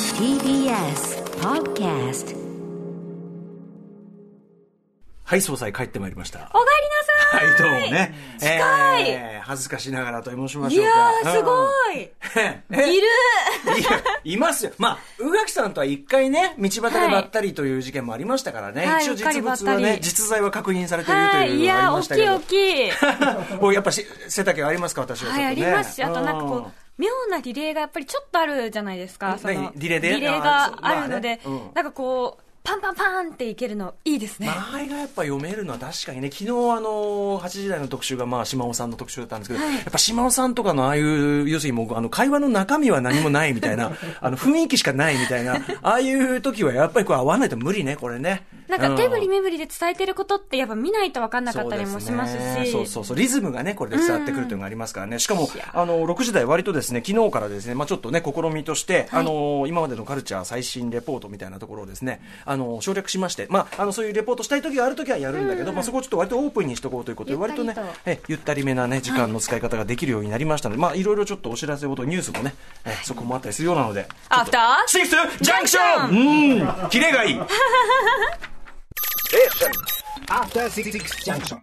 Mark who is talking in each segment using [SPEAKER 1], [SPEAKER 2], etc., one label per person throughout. [SPEAKER 1] TBS Podcast
[SPEAKER 2] はい、総裁帰ってまいりました。
[SPEAKER 3] おかえ
[SPEAKER 2] は
[SPEAKER 3] り
[SPEAKER 2] い
[SPEAKER 3] な、
[SPEAKER 2] ど
[SPEAKER 3] さ
[SPEAKER 2] う
[SPEAKER 3] い
[SPEAKER 2] もね。
[SPEAKER 3] 近い
[SPEAKER 2] えー恥ずかしながらと申しま
[SPEAKER 3] い
[SPEAKER 2] しょう
[SPEAKER 3] や
[SPEAKER 2] か。
[SPEAKER 3] ー、すご
[SPEAKER 2] い。
[SPEAKER 3] い
[SPEAKER 2] え
[SPEAKER 3] いる
[SPEAKER 2] いや、いますよ。まあ、宇垣さんとは一回ね、道端でばったりという事件もありましたからね。
[SPEAKER 3] はい
[SPEAKER 2] 一応
[SPEAKER 3] うっか
[SPEAKER 2] 実
[SPEAKER 3] りばっ
[SPEAKER 2] 物
[SPEAKER 3] た
[SPEAKER 2] は
[SPEAKER 3] り
[SPEAKER 2] ね、実在は確認されていると
[SPEAKER 3] はい、
[SPEAKER 2] い
[SPEAKER 3] いう
[SPEAKER 2] のがあ
[SPEAKER 3] やー、
[SPEAKER 2] りま
[SPEAKER 3] 大
[SPEAKER 2] した
[SPEAKER 3] き
[SPEAKER 2] け
[SPEAKER 3] い
[SPEAKER 2] ど。
[SPEAKER 3] 大きい。は
[SPEAKER 2] おやっぱし背丈ありますか、私はちょっと
[SPEAKER 3] い、
[SPEAKER 2] ね。
[SPEAKER 3] ありますし、あとなんかこ
[SPEAKER 2] う
[SPEAKER 3] う、妙なリレーがやっぱりちょっとあるじゃないですか、その
[SPEAKER 2] 何、リレーで
[SPEAKER 3] が
[SPEAKER 2] あーそう
[SPEAKER 3] あるので
[SPEAKER 2] まあねうん、
[SPEAKER 3] なんかこう、パンパンパンっていけるのいいですね。
[SPEAKER 2] 間合いがやっぱ読めるのは確かにね、昨日あの、8時台の特集がまあ、島尾さんの特集だったんですけど、
[SPEAKER 3] はい
[SPEAKER 2] やっぱ島尾さんとかのああいう、要するにもう、あの、会話の中身は何もないみた いな、あの、雰囲気しかないみたいな、ああいう時はやっぱりこう合わないと無理ね、これね。
[SPEAKER 3] なんか
[SPEAKER 2] う
[SPEAKER 3] 手振り目振りで伝えてることってやっぱ見ないと分かんなかったりもしますし。
[SPEAKER 2] そうそうそうリズムがねこれで伝わってくるというのがありますからね、しかもあの6時台割とですね昨日からですねまあちょっとね試みとして、あの今までのカルチャー最新レポートみたいなところをですねあの省略しましてまああのそういうレポートしたい時がある時はやるんだけど、まあそこをちょっと割とオープンにしとこうということで
[SPEAKER 3] ゆった
[SPEAKER 2] 割
[SPEAKER 3] り
[SPEAKER 2] と
[SPEAKER 3] と
[SPEAKER 2] ねえゆったりめなね時間の使い方ができるようになりましたので、まあいろいろちょっとお知らせごとニュースもねえそこもあったりするようなので
[SPEAKER 3] アフター
[SPEAKER 2] シスジャンクションうんキレがいい
[SPEAKER 4] After Six Junction.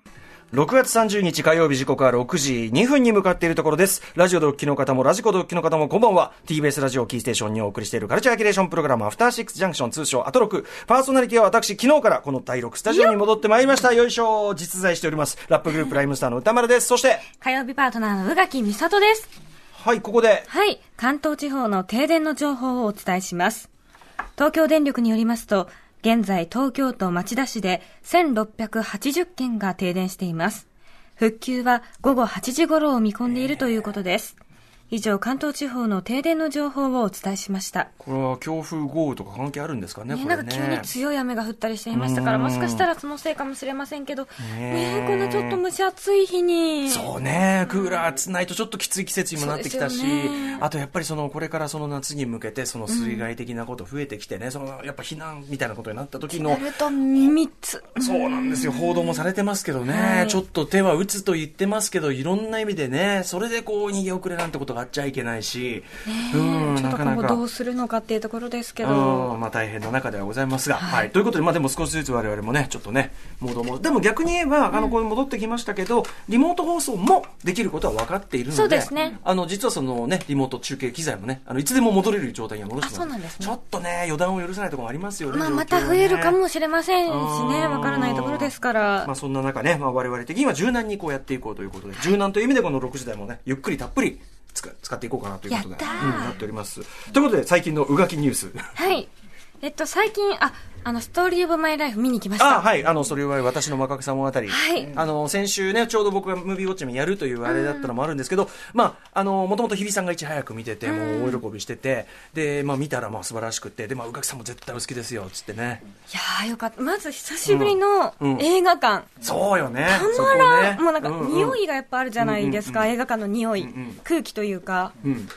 [SPEAKER 2] 6月30日火曜日時刻は6時2分に向かっているところです。ラジオドッキの方もラジコドッキの方もこんばんは。TBS ラジオキーステーションにお送りしているカルチャーキュレーションプログラムアフターシックスジャンクション通称アトロク。パーソナリティは私昨日からこの第6スタジオに戻ってまいりました。よいしょ実在しております。ラップグループライムスターの歌丸です。そして、
[SPEAKER 3] 火曜日パートナーの宇垣美里です。
[SPEAKER 2] はい、ここで
[SPEAKER 3] はい、関東地方の停電の情報をお伝えします。東京電力によりますと、現在東京都町田市で1680軒が停電しています。復旧は午後8時頃を見込んでいるということです。以上、関東地方の停電の情報をお伝えしました。
[SPEAKER 2] これは強風豪雨とか関係あるんですかね、
[SPEAKER 3] ね、
[SPEAKER 2] こ
[SPEAKER 3] な
[SPEAKER 2] れ
[SPEAKER 3] んか
[SPEAKER 2] ね。
[SPEAKER 3] 急に強い雨が降ったりしていましたから、
[SPEAKER 2] うん
[SPEAKER 3] もしかしたらそのせいかもしれませんけど、
[SPEAKER 2] ね
[SPEAKER 3] ねえこんなちょっと蒸し暑い日に。
[SPEAKER 2] そうね、クーラーつないとちょっときつい季節にもなってきたし、
[SPEAKER 3] そうですよね
[SPEAKER 2] あとやっぱりそのこれからその夏に向けて、その水害的なこと増えてきてね、そのやっぱ避難みたいなことになった時の、
[SPEAKER 3] 密つ。
[SPEAKER 2] そうなんですよ、報道もされてますけどね、
[SPEAKER 3] はい
[SPEAKER 2] ちょっと手は打つと言ってますけど、いろんな意味でね、それでこう逃げ遅れなんてことがあっちゃいけないし、うん、
[SPEAKER 3] ちょっ
[SPEAKER 2] な
[SPEAKER 3] と
[SPEAKER 2] か
[SPEAKER 3] 今
[SPEAKER 2] な
[SPEAKER 3] 後
[SPEAKER 2] か
[SPEAKER 3] ど。うするのかっていうところですけど。
[SPEAKER 2] うんまあ、大変な中ではございますが、はいということで、まあ、でも少しずつ我々もね、ちょっとね、モードも、でも逆に言えば、あのこれ戻ってきましたけど、リモート放送もできることは分かっているので、
[SPEAKER 3] そうですね
[SPEAKER 2] あの実はその、ね、リモート中継機材もね、あのいつでも戻れる状態には戻して
[SPEAKER 3] あそうなんですね
[SPEAKER 2] ちょっとね、予断を許さないところもありますよね、
[SPEAKER 3] まあ、
[SPEAKER 2] 状況は
[SPEAKER 3] ま
[SPEAKER 2] ね
[SPEAKER 3] た増えるかもしれませんしね、
[SPEAKER 2] うん
[SPEAKER 3] わからないところですから。
[SPEAKER 2] まあ、そんな中ね、まあ、我々的には柔軟にこうやっていこうということで、柔軟という意味でこの6時台もね、ゆっくりたっぷり使使っていこうかなということで、
[SPEAKER 3] やったー
[SPEAKER 2] うんなっております。ということで、最近のうがきニュース。
[SPEAKER 3] はい。えっと、最近、あ、あの、ストーリーオブマイライフ見に来まし
[SPEAKER 2] あ
[SPEAKER 3] た。
[SPEAKER 2] はい、あの、それは私のマカクさんもあたり、
[SPEAKER 3] はい
[SPEAKER 2] あの、先週ね、ちょうど僕がムービーウォッチメンやるというあれだったのもあるんですけど、まあ、あの、もともと日比さんがいち早く見てて、もう大喜びしてて、で、まあ見たらまあ素晴らしくて、で、まあ、うがきさんも絶対お好きですよ、つってね。
[SPEAKER 3] いやー、よかった。まず、久しぶりの
[SPEAKER 2] うん
[SPEAKER 3] 映画館。
[SPEAKER 2] そうよね。
[SPEAKER 3] たまらん、
[SPEAKER 2] そこね
[SPEAKER 3] もうなんか、
[SPEAKER 2] うんうん
[SPEAKER 3] 匂いがやっぱあるじゃないですか、
[SPEAKER 2] うん
[SPEAKER 3] 映画館の匂い、
[SPEAKER 2] うんうん
[SPEAKER 3] 空気というか。
[SPEAKER 2] うん。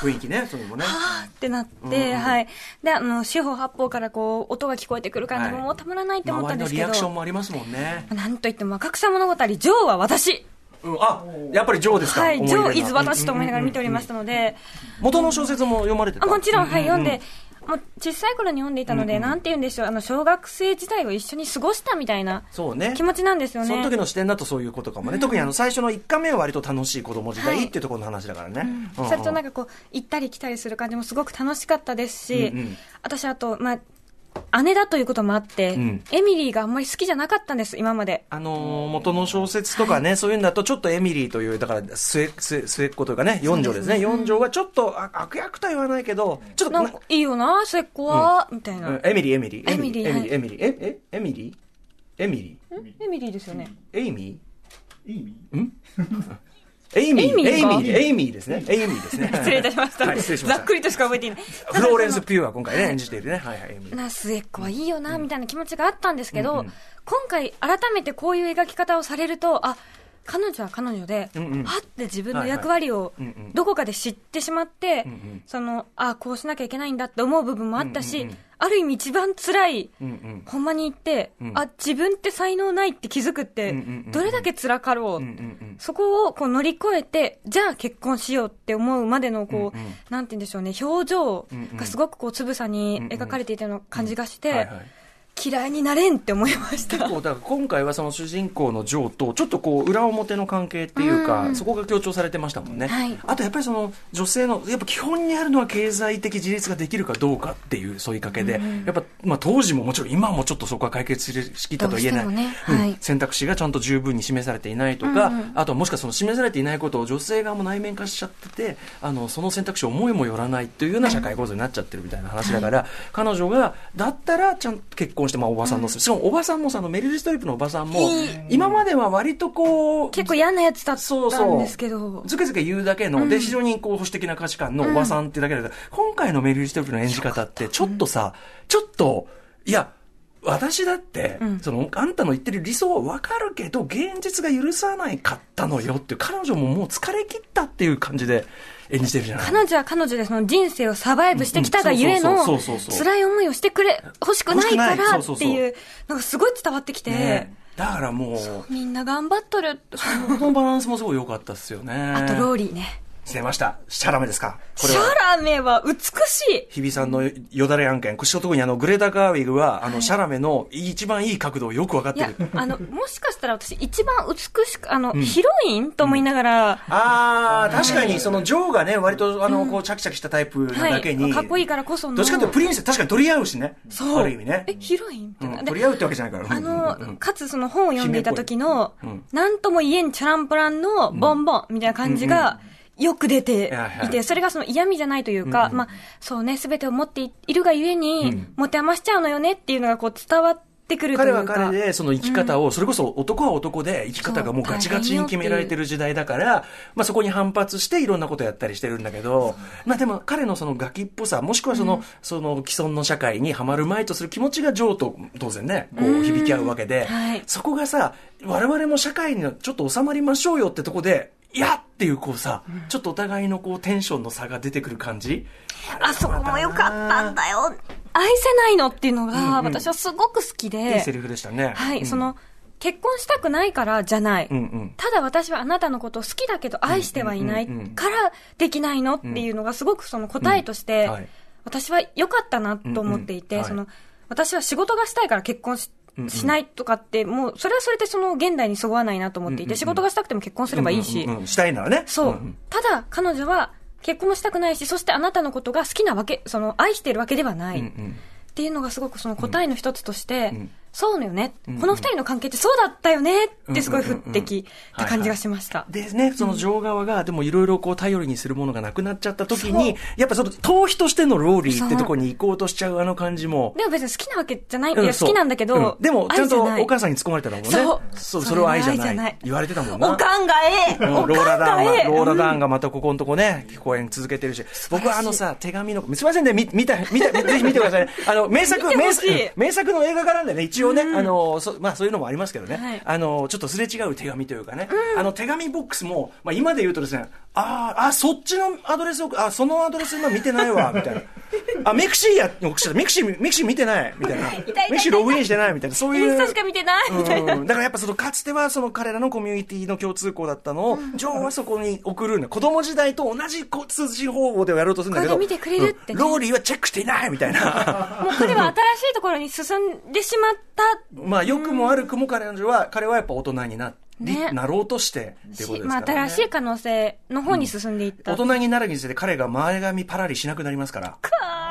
[SPEAKER 2] 雰囲気ね、そういうのもね。
[SPEAKER 3] あーってなって、
[SPEAKER 2] うんうん
[SPEAKER 3] はい。で、あの、四方八方からこう、音が聞こえてくる感じも、
[SPEAKER 2] はい
[SPEAKER 3] もうたまらないって思ったんですけ
[SPEAKER 2] 周りのリアクショ
[SPEAKER 3] ど
[SPEAKER 2] ン。もありますもんね。
[SPEAKER 3] なんといっても、若草物語、ジョーは私。
[SPEAKER 2] うん、あ、やっぱりジョーですか。
[SPEAKER 3] はい、
[SPEAKER 2] 思
[SPEAKER 3] ジ
[SPEAKER 2] 入れ
[SPEAKER 3] ョ
[SPEAKER 2] が
[SPEAKER 3] ーイズ私と思いながら見ておりましたので、
[SPEAKER 2] 元の小説も読まれてた。
[SPEAKER 3] あもちろん、はい、
[SPEAKER 2] ううう
[SPEAKER 3] 読んで、もう小さい頃に読んでいたので、なんて言うんでしょう、あの小学生時代を一緒に過ごしたみたいな
[SPEAKER 2] そうね。
[SPEAKER 3] 気持ちなんですよね。
[SPEAKER 2] その時の視点だとそういうことかもね、特にあの最初の1回目は割と楽しい子供時
[SPEAKER 3] は
[SPEAKER 2] 代
[SPEAKER 3] い
[SPEAKER 2] っていうところの話だからね、うんうん
[SPEAKER 3] それとなんかこう、行ったり来たりする感じもすごく楽しかったですし、
[SPEAKER 2] うんうん
[SPEAKER 3] 私、あと、まあ、姉だということもあって、
[SPEAKER 2] ん
[SPEAKER 3] エミリーがあんまり好きじゃなかったんです、今まで。
[SPEAKER 2] あのー元の小説とかね、そういうんだとちょっとエミリーというだから末末末っ子というかね4条ですね四条がちょっとあ悪役とは言わないけどちょっと
[SPEAKER 3] なんか、いいよな、末っ子は、みたいな、
[SPEAKER 2] うんエミリーエミリー
[SPEAKER 3] エミリー
[SPEAKER 2] エミリー
[SPEAKER 3] はい
[SPEAKER 2] エミリーええエミリーエミリー
[SPEAKER 3] エミリーですよね。
[SPEAKER 2] エイミー
[SPEAKER 4] Amy.
[SPEAKER 2] エイミー
[SPEAKER 3] エイミー
[SPEAKER 2] エイミ
[SPEAKER 3] か
[SPEAKER 2] ーエイミーですねエイミーですね
[SPEAKER 3] 失礼いたしました。
[SPEAKER 2] はい失礼しまし
[SPEAKER 3] ざ
[SPEAKER 2] た
[SPEAKER 3] っくりとしか覚えていない。
[SPEAKER 2] フローレンス・ピューは今回ね演じているねはいはいエイミー
[SPEAKER 3] な末っ子はいいよな、みたいな気持ちがあったんですけど、
[SPEAKER 2] うんうん
[SPEAKER 3] 今回改めてこういう描き方をされると、あ、彼女は彼女で、
[SPEAKER 2] うんうん
[SPEAKER 3] はって自分の役割を
[SPEAKER 2] はいはいうんうん
[SPEAKER 3] どこかで知ってしまって、
[SPEAKER 2] んうん
[SPEAKER 3] そのあこうしなきゃいけないんだって思う部分もあったし、
[SPEAKER 2] うんうんうん
[SPEAKER 3] ある意味一番辛い、
[SPEAKER 2] うんうん
[SPEAKER 3] ほんまに言って、
[SPEAKER 2] うん
[SPEAKER 3] あ自分って才能ないって気づくって、
[SPEAKER 2] うんうんうんうん
[SPEAKER 3] どれだけ辛かろう、
[SPEAKER 2] うんうんうん
[SPEAKER 3] そこをこう乗り越えて、じゃあ結婚しようって思うまでのこう、
[SPEAKER 2] うんうん
[SPEAKER 3] なんて言うんでしょうね、表情がすごくこうつぶさに
[SPEAKER 2] うんうん
[SPEAKER 3] 描かれていたような感じがして、
[SPEAKER 2] はいはい
[SPEAKER 3] 嫌いになれんって思いました。
[SPEAKER 2] 結構だから今回はその主人公のジョーとちょっとこう裏表の関係っていうか、
[SPEAKER 3] うん
[SPEAKER 2] そこが強調されてましたもんね、
[SPEAKER 3] はい
[SPEAKER 2] あとやっぱりその女性のやっぱ基本にあるのは経済的自立ができるかどうかっていう問いかけで、やっぱ、まあ、当時ももちろん今もちょっとそこは解決しきったとは言えない、
[SPEAKER 3] どうしてもね
[SPEAKER 2] うん
[SPEAKER 3] はい
[SPEAKER 2] 選択肢がちゃんと十分に示されていないとか、
[SPEAKER 3] うんうん
[SPEAKER 2] あとはもしかしたらその示されていないことを女性側も内面化しちゃっててあのその選択肢を思いもよらないというような社会構造になっちゃってるみたいな話だから、彼女がだったらちゃんと結婚して、まあ、おばさんの、しかもおばさんもそのメリル・ストリップのおばさんも今までは割とこう
[SPEAKER 3] 結構嫌なやつだった
[SPEAKER 2] そうそうん
[SPEAKER 3] ですけど、
[SPEAKER 2] ずけずけ言うだけの、で、非常にこう保守的な価値観のおばさんってだけだけど、今回のメリル・ストリップの演じ方って、ちょっとさ、ちょっと、いや、私だって、
[SPEAKER 3] ん
[SPEAKER 2] その、あんたの言ってる理想はわかるけど、現実が許さないかったのよっていう、彼女ももう疲れ切ったっていう感じで演じてるじゃない
[SPEAKER 3] 彼女は彼女でその人生をサバイブしてきたがゆえ
[SPEAKER 2] うんうん
[SPEAKER 3] の、
[SPEAKER 2] そうそうそうそうそう
[SPEAKER 3] 辛い思いをしてくれ、欲しくないか
[SPEAKER 2] 欲しくな
[SPEAKER 3] ら
[SPEAKER 2] いそうそう
[SPEAKER 3] って
[SPEAKER 2] そう
[SPEAKER 3] いうのがすごい伝わってきて、
[SPEAKER 2] ねだからもう、
[SPEAKER 3] みんな頑張っとる。
[SPEAKER 2] このバランスもすごい良かったですよね。
[SPEAKER 3] あとローリーね。
[SPEAKER 2] 出ました。シャラメですかこ
[SPEAKER 3] シ
[SPEAKER 2] れ
[SPEAKER 3] ャ
[SPEAKER 2] は。
[SPEAKER 3] ラメは美しい
[SPEAKER 2] 日比さんのよだれ案件、これ特にあのグレタ・ガーウィグは、あのシャラメの一番いい角度をよく分かっ
[SPEAKER 3] い
[SPEAKER 2] て
[SPEAKER 3] や
[SPEAKER 2] る。、
[SPEAKER 3] あの、もしかしたら私、一番美しく、あの、ヒロインと思いながら、
[SPEAKER 2] ああ、確かに、その、ジョーがね、割と、あの、こう、チャキチャキしたタイプなだけ
[SPEAKER 3] は
[SPEAKER 2] に。
[SPEAKER 3] いかっこいいからこその
[SPEAKER 2] どっちかというと、プリンセス、確かに取り合うしね。
[SPEAKER 3] そう。
[SPEAKER 2] ある意味ね。
[SPEAKER 3] え、ヒロインって
[SPEAKER 2] うん
[SPEAKER 3] な、で
[SPEAKER 2] 取り合うってわけじゃないから。
[SPEAKER 3] あ
[SPEAKER 2] うんうんう
[SPEAKER 3] の、
[SPEAKER 2] ん
[SPEAKER 3] かつその本を読んでいた時の
[SPEAKER 2] ぽいうん、
[SPEAKER 3] なんとも言えんチャランポランのボンボンみたいな感じが、よく出て
[SPEAKER 2] はいはい
[SPEAKER 3] いて、それがその嫌味じゃないというか、まあ、そうね、すべてを持っているがゆえに、持て余しちゃうのよねっていうのがこう伝わってくるとい
[SPEAKER 2] 彼
[SPEAKER 3] うか。
[SPEAKER 2] は彼で、その生き方を、それこそ男は男で、生き方がもうガチガチに決められてる時代だから、まあそこに反発していろんなことやったりしてるんだけど、まあでも彼のそのガキっぽさ、もしくはその、その既存の社会にはまるまいとする気持ちが情と当然ね、こう響き合うわけで
[SPEAKER 3] はい、
[SPEAKER 2] そこがさ、我々も社会にちょっと収まりましょうよってとこで、いやっていうこうさ、ちょっとお互いのこうテンションの差が出てくる感じ。
[SPEAKER 3] あそこも良かったんだよ。愛せないのっていうのが、私はすごく好き
[SPEAKER 2] いい
[SPEAKER 3] で
[SPEAKER 2] セ、リフでしたね。
[SPEAKER 3] はい、
[SPEAKER 2] うん
[SPEAKER 3] そ、の、結婚したくないからじゃない。
[SPEAKER 2] うんうん。
[SPEAKER 3] ただ私はあなたのことを好きだけど愛してはいない
[SPEAKER 2] うんうんうんうん
[SPEAKER 3] からできないのっていうのがすごくその答えとし
[SPEAKER 2] う
[SPEAKER 3] て
[SPEAKER 2] んはい、
[SPEAKER 3] 私は良かったなと思ってい
[SPEAKER 2] うん
[SPEAKER 3] て、
[SPEAKER 2] うん
[SPEAKER 3] その、私は仕事がしたいから結婚し、しないとかって、もう、それはそれでその現代にそぐわないなと思っていて、仕事がしたくても結婚すればいいし
[SPEAKER 2] うん、うんうんしたいならね。
[SPEAKER 3] そ
[SPEAKER 2] ん。
[SPEAKER 3] うんただ、彼女は結婚もしたくないし、そしてあなたのことが好きなわけ、その、愛してるわけではない。っていうのがすごくその答えの一つとして、そうのよね、この二人の関係ってそうだったよねってすごい降ってきた感じがしました。
[SPEAKER 2] でね、その女王側が、でもいろいろこう頼りにするものがなくなっちゃった時に、やっぱその、逃避としてのローリーってとこに行こうとしちゃうあの感じも。
[SPEAKER 3] でも別に好きなわけじゃない、
[SPEAKER 2] う
[SPEAKER 3] いや
[SPEAKER 2] そ
[SPEAKER 3] 好
[SPEAKER 2] う
[SPEAKER 3] きなんだけど、
[SPEAKER 2] うんでも、ちゃんとお母
[SPEAKER 3] さ
[SPEAKER 2] さんに突っ込まれてたもんね。
[SPEAKER 3] そう
[SPEAKER 2] そう、
[SPEAKER 3] そ
[SPEAKER 2] そ
[SPEAKER 3] れ
[SPEAKER 2] れは愛じ
[SPEAKER 3] 愛じ
[SPEAKER 2] ゃ
[SPEAKER 3] ゃ
[SPEAKER 2] な
[SPEAKER 3] ないい。
[SPEAKER 2] 言われてたもんな。
[SPEAKER 3] おかんがええ
[SPEAKER 2] うん
[SPEAKER 3] お
[SPEAKER 2] ロ
[SPEAKER 3] か
[SPEAKER 2] ーラ
[SPEAKER 3] んが
[SPEAKER 2] ダーン
[SPEAKER 3] え
[SPEAKER 2] が、
[SPEAKER 3] え
[SPEAKER 2] ローラダーンがまたここのとこね、公演続けてるし、僕はあのさ、手紙の、すみませんね、み見た、見 た、ぜひ見てくださいね。あの、名作、
[SPEAKER 3] 見て
[SPEAKER 2] 名
[SPEAKER 3] ほし
[SPEAKER 2] 作
[SPEAKER 3] い、
[SPEAKER 2] 名作の映画化なんでね、一応ね、あの、そまあそういうのもありますけど
[SPEAKER 3] は
[SPEAKER 2] ね
[SPEAKER 3] い、
[SPEAKER 2] あの、ちょっとすれ違う手紙というかね、あの、手紙ボックスも、まあ今で言うとですね、あーあ、そっちのアドレスを、あ、そのアドレス今見てない わ、みたいな。あ、ミクシーや、ミクシー、ミクシー、ミクシー見てない、みたいな。ミクシーログインしてない、みたいな、そう
[SPEAKER 3] イ
[SPEAKER 2] い
[SPEAKER 3] ンス
[SPEAKER 2] う
[SPEAKER 3] タ。しか見てないみたいな。
[SPEAKER 2] うんだからやっぱそのかつてはその彼らのコミュニティの共通項だったのを、ジョーはそこに送るんだ。子供時代と同じこう通信方法でやろうとするんだけど。
[SPEAKER 3] これで見てくれるってね
[SPEAKER 2] うんローリーはチェックしていないみたいな。
[SPEAKER 3] もう彼は新しいところに進んでしまった
[SPEAKER 2] まあ、良くも悪くも彼女は、彼はやっぱ大人にな、
[SPEAKER 3] ね
[SPEAKER 2] なろうとしてっていうこと
[SPEAKER 3] し、
[SPEAKER 2] です
[SPEAKER 3] ま
[SPEAKER 2] か
[SPEAKER 3] あ
[SPEAKER 2] ら、ね。
[SPEAKER 3] 新しい可能性の方に進んでいった。
[SPEAKER 2] 大人になるにつれて彼が前髪パラリしなくなりますから。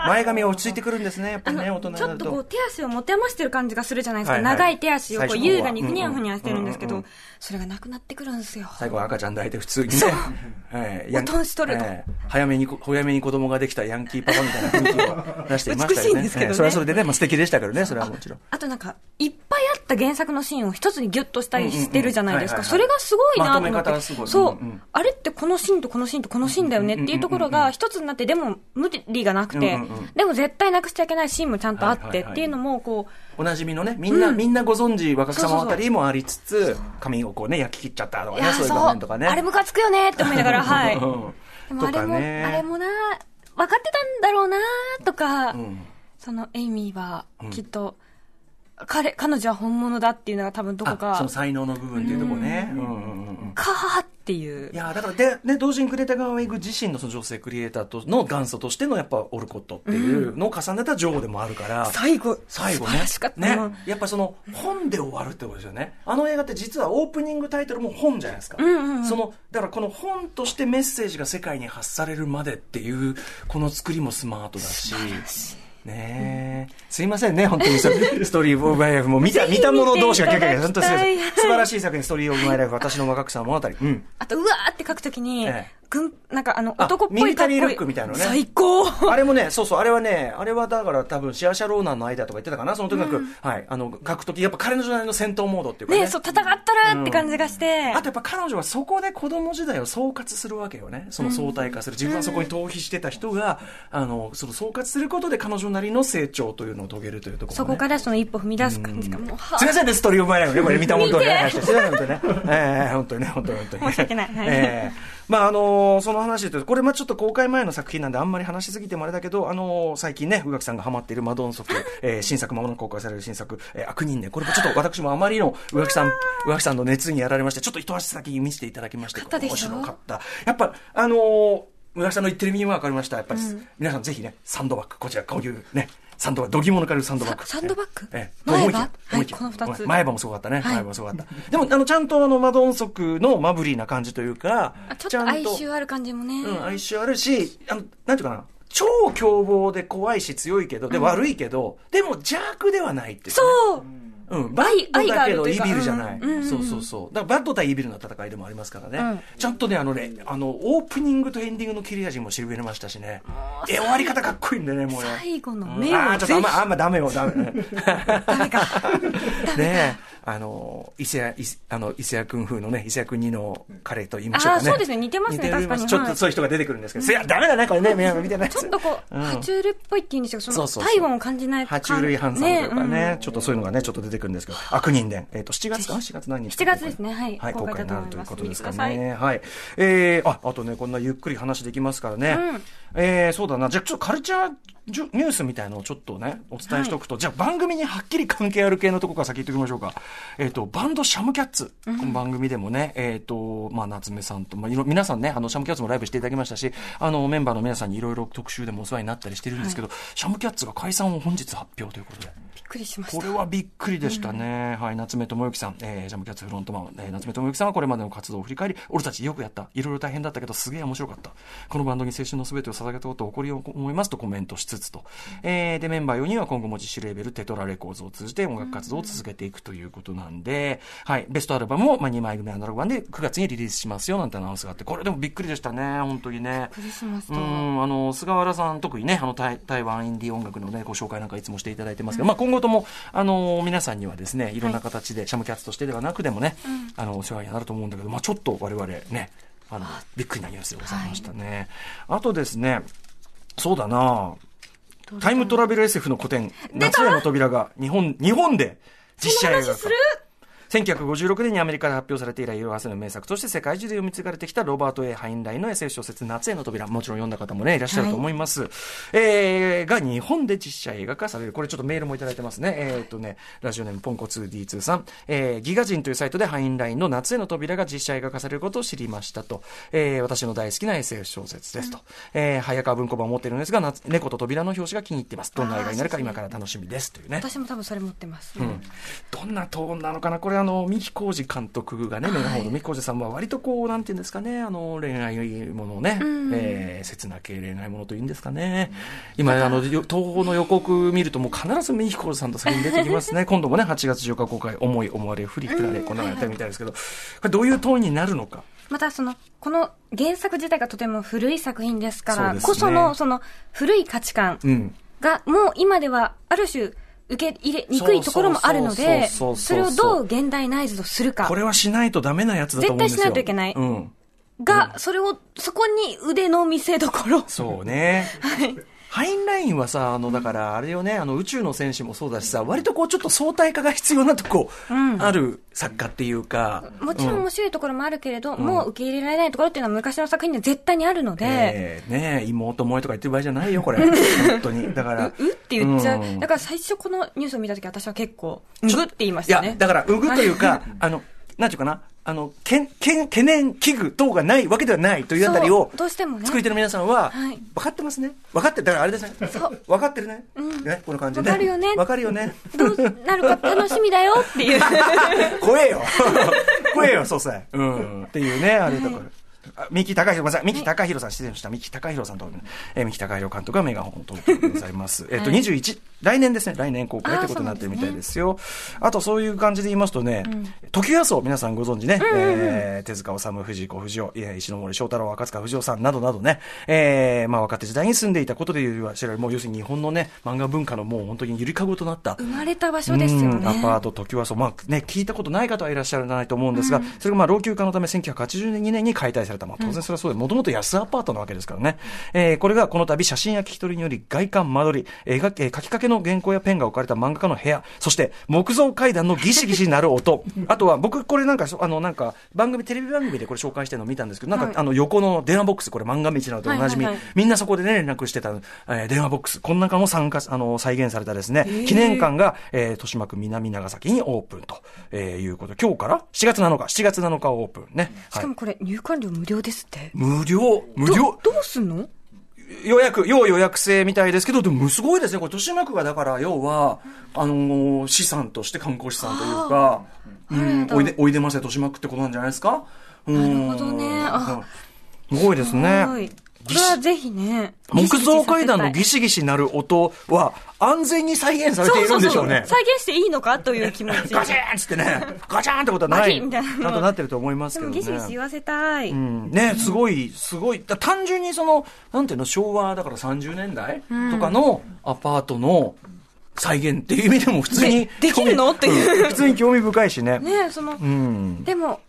[SPEAKER 2] 前髪は落ち着いてくるんですね、やっぱ
[SPEAKER 3] あ
[SPEAKER 2] り
[SPEAKER 3] の
[SPEAKER 2] ね、大人に
[SPEAKER 3] ち
[SPEAKER 2] な
[SPEAKER 3] ょ
[SPEAKER 2] る
[SPEAKER 3] っ
[SPEAKER 2] と。
[SPEAKER 3] とこう手足を持て余してる感じがするじゃないですか、
[SPEAKER 2] はいはい
[SPEAKER 3] 長い手足をこう
[SPEAKER 2] 最初の方は
[SPEAKER 3] 優雅にふにゃふにゃしてるんですけど、
[SPEAKER 2] うんうんう
[SPEAKER 3] それがなくなってくるんですよ
[SPEAKER 2] 最後は赤ちゃん抱いて普通にね。はい
[SPEAKER 3] おとんしとると
[SPEAKER 2] ええ早めにこ、早めに子供ができたヤンキーパパみたいな雰囲気を出していましたよ
[SPEAKER 3] 美しい
[SPEAKER 2] ね。
[SPEAKER 3] んですけどね
[SPEAKER 2] ええそれはそれでね、まあ、素敵でしたけどね、それはもちろん。
[SPEAKER 3] あとなんかいっぱぱいあった原作のシーンを一つにギュッとしたりしてるじゃないです
[SPEAKER 2] う
[SPEAKER 3] か。
[SPEAKER 2] んうんうん
[SPEAKER 3] それがすごいなと思
[SPEAKER 2] ま
[SPEAKER 3] って。
[SPEAKER 2] とめ方がすごい
[SPEAKER 3] そう、
[SPEAKER 2] うんうん
[SPEAKER 3] あれってこのシーンとこのシーンとこのシーンだよねっていうところが一つになって、でも無理がなくて、
[SPEAKER 2] うんうんうん
[SPEAKER 3] でも絶対なくしちゃいけないシーンもちゃんとあって、
[SPEAKER 2] はいはいはい
[SPEAKER 3] っていうのも、こう、
[SPEAKER 2] おなじみのね、みんな、みんなご存知、若草
[SPEAKER 3] そう
[SPEAKER 2] 物
[SPEAKER 3] そう
[SPEAKER 2] 語
[SPEAKER 3] そう
[SPEAKER 2] もありつつ、髪をこうね、焼き切っちゃったとか
[SPEAKER 3] い
[SPEAKER 2] ね、
[SPEAKER 3] やー
[SPEAKER 2] そういう場面とかね。
[SPEAKER 3] あれムカつくよねって思いながら、はい。
[SPEAKER 2] う
[SPEAKER 3] でも
[SPEAKER 2] ん
[SPEAKER 3] あれも、あれ。もな、分かってたんだろうなとか、
[SPEAKER 2] うん
[SPEAKER 3] そのエイミーはきっと、彼、彼女は本物だっていうのが多分どこ
[SPEAKER 2] あ、そ
[SPEAKER 3] か
[SPEAKER 2] の、才能の部分っていうとこね。うんうんうんうん
[SPEAKER 3] かーっていう
[SPEAKER 2] い。やーだからで、ね、同時にクリエイター側はイグ自身のその女性クリエイターとの元祖としてのやっぱオルコットっていうのを重ねた女王でもあるから、
[SPEAKER 3] 最後、
[SPEAKER 2] 最後
[SPEAKER 3] 素
[SPEAKER 2] ね
[SPEAKER 3] 晴らしかった
[SPEAKER 2] ね
[SPEAKER 3] な
[SPEAKER 2] やっぱその本で終わるってことですよねあの映画って実はオープニングタイトルも本じゃないですか、
[SPEAKER 3] んうん
[SPEAKER 2] そのだからこの本としてメッセージが世界に発されるまでっていうこの作りもスマートだしねえ、すいませんね、本当にそれストーリー・オブ・マイ・ライフ、もう見た見たもの同士がキャキャキャ、本当にすいません
[SPEAKER 3] はい
[SPEAKER 2] 素晴らしい作品、ストーリー・オブ・マイ・ライフ、私の若草物語、うん、
[SPEAKER 3] あと、うわーって書くときに、
[SPEAKER 2] ええ
[SPEAKER 3] ぐん、なんかあの、
[SPEAKER 2] あ
[SPEAKER 3] 男っぽいかっこいい。
[SPEAKER 2] ミリタリールックみたいなね
[SPEAKER 3] 最高
[SPEAKER 2] あれもね、そうそう、あれはね、あれはだから多分シアシャローナーの間とか言ってたかな、そのとにかく、はい、あの、書くとき、やっぱ彼女なりの戦闘モードっていうかね。
[SPEAKER 3] ね、そう、戦ったるって感じがして。
[SPEAKER 2] あとやっぱ彼女はそこで子供時代を総括するわけよね。その相対化する。自分はそこに逃避してた人が、あの、その総括することで彼女なりの成長というのを遂げるというところ、ね。
[SPEAKER 3] そこからその一歩踏み出す感じが、もう、は
[SPEAKER 2] すいませんね、ストーリーオブマイライフね、 これ見たことない話
[SPEAKER 3] 見
[SPEAKER 2] ですね、本当にね。ええ本当にね、本当に本当に。
[SPEAKER 3] 申し訳ないはい
[SPEAKER 2] ええまあ、あのーその話で言うと、これ、まあ、ちょっと公開前の作品なんで、あんまり話しすぎてもあれだけど、あのー最近ね、宇垣さんがハマっているマド ンソク、えー新作、まもなく公開される新作、えー悪人ね、これもちょっと私もあまりの宇垣さん、宇垣さんの熱にやられまして、ちょっと一足先に見せていただきまして、
[SPEAKER 3] よかったでしょ
[SPEAKER 2] 面白かった。やっぱ、あのー宇垣さんの言ってる意味は分かりました。やっぱり、皆さんぜひね、サンドバッグ、こちら、こういうね、サンドバッグ、度肝を抜かれるサンドバッグ。
[SPEAKER 3] ササンドバッグ
[SPEAKER 2] ええ
[SPEAKER 3] 前歯
[SPEAKER 2] 思いきや思きや
[SPEAKER 3] はいこの二つ
[SPEAKER 2] 前歯もすごかったね。
[SPEAKER 3] はい
[SPEAKER 2] 前歯もすごかった。でも、あの、ちゃんとあの、マドンソクのマブリーな感じというか
[SPEAKER 3] あ、ちょっ
[SPEAKER 2] ちゃ
[SPEAKER 3] と
[SPEAKER 2] ん
[SPEAKER 3] 哀愁ある感じもね。
[SPEAKER 2] うん、哀愁あるし、あの、なんていうかな、超凶暴で怖いし強いけど、で、悪いけど、でも邪悪ではないっていうね、
[SPEAKER 3] そう
[SPEAKER 2] うん、バッド
[SPEAKER 3] 愛が
[SPEAKER 2] だ
[SPEAKER 3] あ
[SPEAKER 2] け
[SPEAKER 3] る
[SPEAKER 2] ど
[SPEAKER 3] と
[SPEAKER 2] イ
[SPEAKER 3] いうか
[SPEAKER 2] ビルじゃない、
[SPEAKER 3] うんうんうん
[SPEAKER 2] そうそうそうだからバッド対イビルの戦いでもありますからね、
[SPEAKER 3] うん
[SPEAKER 2] ちゃんとねあのねあのオープニングとエンディングの切れ味も調べれましたしねえ終わり方かっこいいんだよねもうね
[SPEAKER 3] 最後の
[SPEAKER 2] う
[SPEAKER 3] 目
[SPEAKER 2] んあ
[SPEAKER 3] を
[SPEAKER 2] ーちょ
[SPEAKER 3] ぜ
[SPEAKER 2] っとあん
[SPEAKER 3] ひ
[SPEAKER 2] まあんまダメよ ダメね ダメかねえあの伊勢谷伊勢あの伊勢谷君風のね伊勢谷君2の彼と言いましょう
[SPEAKER 3] あ
[SPEAKER 2] かね
[SPEAKER 3] ーそうですね似てますね
[SPEAKER 2] 似る
[SPEAKER 3] 確かに
[SPEAKER 2] ちょっ
[SPEAKER 3] は
[SPEAKER 2] と
[SPEAKER 3] い
[SPEAKER 2] そういう人が出てくるんですけど、いやダメだねこれねみんな見てない
[SPEAKER 3] ちょっとこう、
[SPEAKER 2] うん
[SPEAKER 3] 爬虫類っぽいっていうんでしょうか、そ
[SPEAKER 2] そ
[SPEAKER 3] の
[SPEAKER 2] うそうそう
[SPEAKER 3] 体温を感じない
[SPEAKER 2] 爬虫類ハンサムというかね
[SPEAKER 3] ね
[SPEAKER 2] ちょっとそういうのがね、ちょっと出てくるんですけど、悪人伝、えっ、と、7月か ?7 月何日
[SPEAKER 3] 7月ですねはい
[SPEAKER 2] はい、公
[SPEAKER 3] 公
[SPEAKER 2] 開
[SPEAKER 3] 開
[SPEAKER 2] に
[SPEAKER 3] だと
[SPEAKER 2] なる
[SPEAKER 3] 思います
[SPEAKER 2] ということですか
[SPEAKER 3] 見てくださ
[SPEAKER 2] ね。はい。えー、あ、あとね、こんなゆっくり話できますからね。
[SPEAKER 3] うん
[SPEAKER 2] えー、そうだな。じゃあ、ちょっとカルチャーじゅニュースみたいのをちょっとね、お伝えしておくと、じゃあ番組にはっきり関係ある系のとこから先言っておきましょうか。えっ、と、バンドシャムキャッツ。この番組でもね、えっ、と、まあ、夏目さんと、まあ、いろ、皆さんね、あの、シャムキャッツもライブしていただきましたし、あの、メンバーの皆さんにいろいろ特集でもお世話になったりしてるんですけど、シャムキャッツが解散を本日発表ということで。
[SPEAKER 3] びっくりしまし
[SPEAKER 2] こ
[SPEAKER 3] た
[SPEAKER 2] れはびっくりでしたね、はい、夏目智之さん、えージャムキャッツフロントマン、えー夏目智之さんはこれまでの活動を振り返り、俺たちよくやった、いろいろ大変だったけど、すげえ面白かった、このバンドに青春のすべてを捧げたことを誇りを思いますとコメントしつつと、えーでメンバー4人は今後も自主レーベル、テトラレコーズを通じて音楽活動を続けていくということなんで、はい、ベストアルバムも、まあ、2枚組アナログ版で9月にリリースしますよなんてアナウンスがあって、これでもびっくりでしたね、本当にね。
[SPEAKER 3] びっくりしました
[SPEAKER 2] うん、あの菅原さん、特にね、あの台台湾インディー音楽の、ね、ご紹介なんかいつもしていただいてますけど、まあ、今後ともあの皆さんにはですねいろんな形で、シャムキャッツとしてではなくでもね、あのお世話になると思うんだけど、まあ、ちょっと我々ね、あのびっくりなニュースでございましたね。あとですね、そうだな、タイムトラベル SF の古典、夏への扉が日本日本で実写映画化。1956年にアメリカで発表されて以来、色褪せの名作として世界中で読み継がれてきたロバート・ A ・ハインラインの SF 小説、夏への扉、もちろん読んだ方もね、いらっしゃると思います。えー、が日本で実写映画化される。これちょっとメールもいただいてますね。えーっとね、ラジオネームポンコ 2D2 さん、えー、ギガ人というサイトでハインラインの夏への扉が実写映画化されることを知りましたと、えー、私の大好きな SF 小説ですと、えー、早川文庫版を持っているんですが、夏猫と扉の表紙が気に入ってます。どんな映画になるか今から楽しみですというね。
[SPEAKER 3] 私も多分それ持ってます、
[SPEAKER 2] どんなトーンなのかな、これ、あの三木浩二監督がね、メガホンの三木浩二さんは、割とこう、なんていうんですかね、あの恋愛ものをね、えー切な系恋愛ものというんですかね、今、あのよ東宝の予告見ると、もう必ず三木浩二さんと作品出てきま すね、今度もね、8月14日公開、思い思われ、振り振られ、こんなのやってるみたいですけど、これ、どういうトーンになるのか。
[SPEAKER 3] またその、この原作自体がとても古い作品ですか
[SPEAKER 2] そう
[SPEAKER 3] ら
[SPEAKER 2] ですね
[SPEAKER 3] こその、その古い価値観
[SPEAKER 2] うん
[SPEAKER 3] が、もう今ではある種、受け入れにくいところもあるので、
[SPEAKER 2] そうそうそうそう
[SPEAKER 3] それをどう現代ナイズとするか
[SPEAKER 2] こ。れはしないとダメなやつだと思うんです
[SPEAKER 3] 絶対
[SPEAKER 2] よ。
[SPEAKER 3] しないといけない
[SPEAKER 2] うん。
[SPEAKER 3] が、それを、そこに腕の見せどころ。
[SPEAKER 2] そうね。 ハインラインはさ、あの、だから、あれよね、あの、宇宙の戦士もそうだしさ、割とこう、ちょっと相対化が必要なとこ、ある作家っていうか。
[SPEAKER 3] もちろん
[SPEAKER 2] うん
[SPEAKER 3] 面白いところもあるけれど、もう受け入れられないところっていうのは昔の作品には絶対にあるので、
[SPEAKER 2] ええねえ、妹萌えとか言ってる場合じゃない よ、これ。本当に。だから。
[SPEAKER 3] うって言っちゃう、
[SPEAKER 2] ん
[SPEAKER 3] だから最初このニュースを見たとき私は結構、うぐって言いましたね。
[SPEAKER 2] いや、だから、うぐというか、あの、なんていうかな、あの、けん、けん、懸念、危惧等がないわけではないというあたりを
[SPEAKER 3] そ、うどうしてもね
[SPEAKER 2] 作り手の皆さんは、
[SPEAKER 3] はい
[SPEAKER 2] 分かってますね。分かって、だからあれですね。分かってるね。ね、この感じね。
[SPEAKER 3] 分かるよね
[SPEAKER 2] 分かるよね。
[SPEAKER 3] どうなるか楽しみだよって いう。
[SPEAKER 2] 怖えよ。 怖えよ、総裁。うん。っていうね、あれだから。あ三木隆弘、ごめんなさい。三木隆弘さん、失礼しました。三木隆弘さんと、えー三木隆弘監督がメガホン東京でございます。えっと、21、来年ですね。来年公開ってことになってるみたいですよ。あと、そういう感じで言いますとね、時矢荘、皆さんご存知ね。えー手塚治虫、藤子不二雄、いや石ノ森章太郎、赤塚不二夫さんなどなどね、えーまあ、若手時代に住んでいたことで言わせられる、もう要するに日本のね、漫画文化のもう本当にゆりかごとなった
[SPEAKER 3] 生、まれた場所ですよ
[SPEAKER 2] うん
[SPEAKER 3] ね。
[SPEAKER 2] アパート、時はそう、まあね、聞いたことない方はいらっしゃらないと思うんですが、それがまあ老朽化のため1982年に解体された、まあ、当然それはそうで、もともと安アパートなわけですからね、えーこれがこの度写真や聞き取りにより外観間取り、えーがえー書きかけの原稿やペンが置かれた漫画家の部屋、そして木造階段のギシギシ鳴 る音、あとは僕、これなんか、そあのなんか番組、テレビ番組でこれ紹介してるの見たんですけど、なんか、
[SPEAKER 3] はい
[SPEAKER 2] あの横の電話ボックス、これ漫画道なのでおなじみ、
[SPEAKER 3] はいはいはい
[SPEAKER 2] みんなそこでね、連絡してた、えー電話ボックス、この中も参加、あの、再現されたですね、記念館が、えー豊島区南長崎にオープンと、えーいうこと。今日から7月7日、7月7日オープンね。
[SPEAKER 3] し
[SPEAKER 2] はい
[SPEAKER 3] かも。これ入館料無料ですって。
[SPEAKER 2] 無料、無料
[SPEAKER 3] ど、どうすんの
[SPEAKER 2] 予約、要予約制みたいですけど、でもすごいですね。これ豊島区がだから、要は、あのー資産として観光資産というか、うん、おいで、おいでませ豊島区ってことなんじゃないですかな
[SPEAKER 3] なるほどねあ
[SPEAKER 2] すごいですね。
[SPEAKER 3] はい。これはぜひね。
[SPEAKER 2] 木造階段のギ
[SPEAKER 3] シ
[SPEAKER 2] シギシ鳴る音は安全に再現されているんでしょうね。
[SPEAKER 3] 再現していいのかという気持 ち。
[SPEAKER 2] ガチーンっつってね、ガチャーンってことはない。
[SPEAKER 3] バキンみたいな
[SPEAKER 2] ちゃんとなってると思います
[SPEAKER 3] で
[SPEAKER 2] けど
[SPEAKER 3] も
[SPEAKER 2] ね。
[SPEAKER 3] ギシギシ言わせたい。
[SPEAKER 2] うんね、すごい、すごい、だ単純にその、なんていうの、昭和だから30年代とかのアパートの再現っていう意味でも普通に。
[SPEAKER 3] でできるのっていう
[SPEAKER 2] うん普通に興味深いしね。
[SPEAKER 3] ねえその、
[SPEAKER 2] うん。
[SPEAKER 3] でも、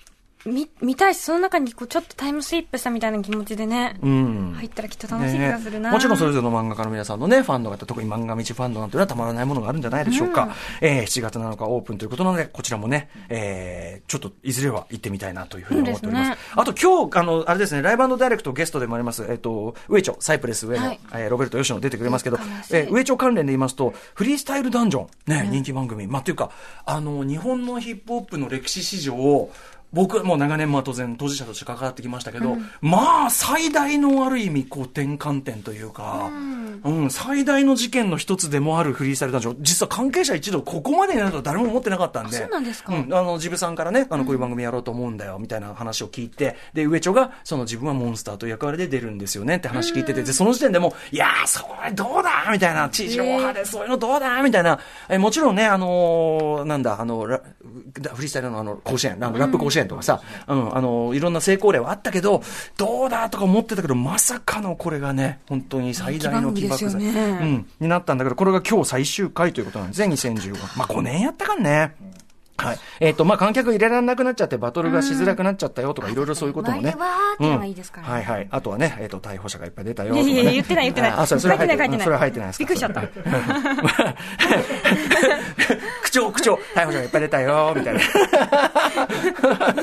[SPEAKER 3] み、見たいし、その中にこう、ちょっとタイムスリップしたみたいな気持ちでね、
[SPEAKER 2] うん。
[SPEAKER 3] 入ったらきっと楽しい気がするな、
[SPEAKER 2] ねもちろんそれぞれの漫画家の皆さんのね、ファンの方、特に漫画道ファンのなんていうのはたまらないものがあるんじゃないでしょうか。えー7月7日オープンということなので、こちらもね、えーちょっといずれは行ってみたいなというふうに思っております。
[SPEAKER 3] そうです
[SPEAKER 2] あと今日、あの、あれですね、ライブダイレクトゲストでもあります、えっ、と、上町、サイプレス上の、
[SPEAKER 3] はい
[SPEAKER 2] えーロベルト吉野出てくれますけど
[SPEAKER 3] 悲し、い
[SPEAKER 2] えー上町関連で言いますと、フリースタイルダンジョン、ね、人気番組、まあ、というか、あの、日本のヒップホップの歴史史上を、僕はもう長年、まあ当然当事者として関わってきましたけど、まあ最大のある意味、こう転換点というか、うん、最大の事件の一つでもあるフリースタイルダンジョン、実は関係者一同ここまでになるとは誰も思ってなかったんで、
[SPEAKER 3] そうなんですか
[SPEAKER 2] うんあの、ジブさんからね、あの、こういう番組やろうと思うんだよ、みたいな話を聞いて、で、上長が、その自分はモンスターという役割で出るんですよねって話聞いてて、で、その時点でもう、いやー、それどうだみたいな、地上波でそういうのどうだみたいな、えもちろんね、あのーなんだ、あの、ラフリースタイルのあの、甲子園、ララップ甲子園とかさ、うん、あの、いろんな成功例はあったけど、どうだとか思ってたけど、まさかのこれがね、本当に最大の起爆剤。
[SPEAKER 3] 人気番組ですよね
[SPEAKER 2] うん、になったんだけど、これが今日最終回ということなんですね、2015。まあ5年やったかんね。はい。えっ、と、まあ、観客入れられなくなっちゃって、バトルがしづらくなっちゃったよとか、いろいろそういうこともね。
[SPEAKER 3] まああれはーっていうのがいいですからね
[SPEAKER 2] うんはいはい。あとはね、えっ、と、逮捕者がいっぱい出たよ
[SPEAKER 3] い
[SPEAKER 2] と
[SPEAKER 3] や
[SPEAKER 2] か、ね。
[SPEAKER 3] いやいや言ってない言ってない。
[SPEAKER 2] あ、それ、それは入ってない。
[SPEAKER 3] 書い
[SPEAKER 2] うんそれは入ってないです
[SPEAKER 3] び
[SPEAKER 2] か
[SPEAKER 3] っくりしちゃった。
[SPEAKER 2] 口調、口調、逮捕者がいっぱい出たよ、みたいな。 だっ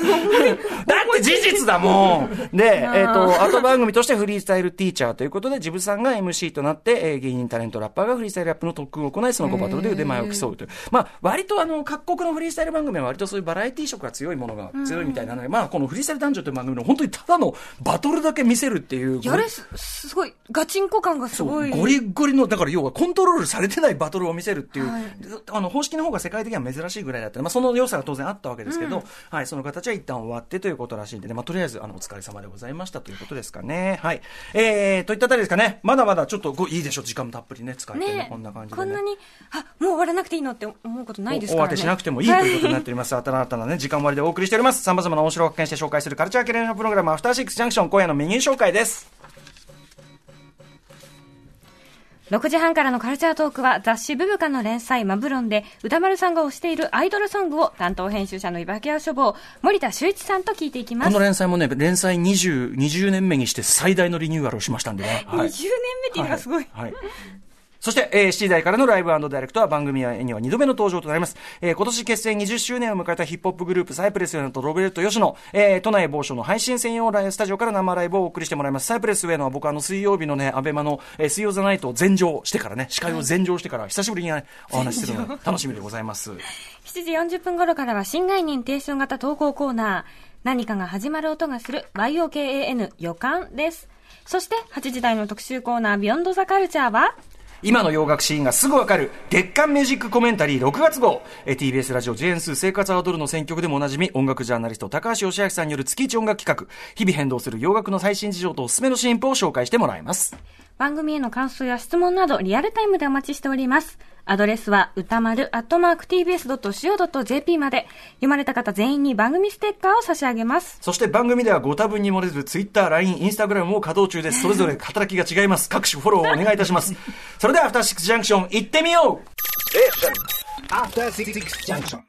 [SPEAKER 2] て事実だもんで、えっ、と、後番組としてフリースタイルティーチャーということで、ジブさんが MC となって、えー芸人、タレント、ラッパーがフリースタイルラップの特訓を行い、その後バトルで腕前を競うという。まあ、割とあの、各国のフリースタイル番組は割とそういうバラエティ色が強いものが強いみたいなので、まあ、このフリースタイル男女という番組の本当にただのバトルだけ見せるっていう。
[SPEAKER 3] やれ、すすごい、ガチンコ感がす
[SPEAKER 2] そう
[SPEAKER 3] ごい。
[SPEAKER 2] ゴリゴリの、だから要はコントロールされてないバトルを見せるっていう、
[SPEAKER 3] はい
[SPEAKER 2] であの方式の方が世界的には珍しいぐらいだったので、まあ、その良さが当然あったわけですけど、はい、その形は一旦終わってということらしいんでね、まあ、とりあえずあのお疲れ様でございましたということですかね。はい。えー、といったあたりですかね、まだまだちょっとごいいでしょう、時間たっぷりね、使えてね、
[SPEAKER 3] ねえ
[SPEAKER 2] こんな感じで、
[SPEAKER 3] こ
[SPEAKER 2] ね。
[SPEAKER 3] んなに、あ、もう終わらなくていいのって思うことないです
[SPEAKER 2] お
[SPEAKER 3] か
[SPEAKER 2] お
[SPEAKER 3] ら
[SPEAKER 2] 当
[SPEAKER 3] ね。
[SPEAKER 2] てしなくてもいいとい うことになっております。新たなね、時間割でお送りしております。様々な面白を発見して紹介するカルチャー系レーションプログラム、アフターシックスジャンクション、今夜のメニュー紹介です。
[SPEAKER 3] 6時半からのカルチャートークは雑誌ブブカの連載マブロンで歌丸さんが推しているアイドルソングを担当編集者の茨城屋書房森田修一さんと聞いていきま
[SPEAKER 2] こ
[SPEAKER 3] す。
[SPEAKER 2] の連載もね、連載 20, 20年目にして最大のリニューアルをしましたんでね。
[SPEAKER 3] 20年目っていうのがすごい。
[SPEAKER 2] はい。はいそして、えー、7時台からのライブダイレクトは番組には2度目の登場となります。えー今年結成20周年を迎えたヒップホップグループサイプレスウェアとロベルト吉野、えー都内某所の配信専用ライブスタジオから生ライブをお送りしてもらいます。サイプレスウェアのは僕あの水曜日のね、アベマの、えー水曜ザナイトを全場してからね、司会を全場してから久しぶりにね、お話しするのが楽しみでございます。
[SPEAKER 3] 7時40分頃からは新概念提唱型投稿コーナー。何かが始まる音がする YOKAN 予感です。そして8時台の特集コーナービヨンドザカルチャーは
[SPEAKER 2] 今の洋楽シーンがすぐわかる月刊ミュージックコメンタリー6月号えー TBS ラジオジェーンスー生活アドルの選曲でもおなじみ音楽ジャーナリスト高橋義明さんによる月一音楽企画日々変動する洋楽の最新事情とおすすめの新譜を紹介してもらいます
[SPEAKER 3] 番組への感想や質問などリアルタイムでお待ちしております。アドレスは歌丸アットマーク tbs.co.jp まで読まれた方全員に番組ステッカーを差し上げます。
[SPEAKER 2] そして番組ではご多分に漏れず Twitter、LINE、Instagram も稼働中ですそれぞれ働きが違います各種フォローをお願いいたしますそれではアフターシックスジャンクション行ってみよう
[SPEAKER 4] After Six Junction.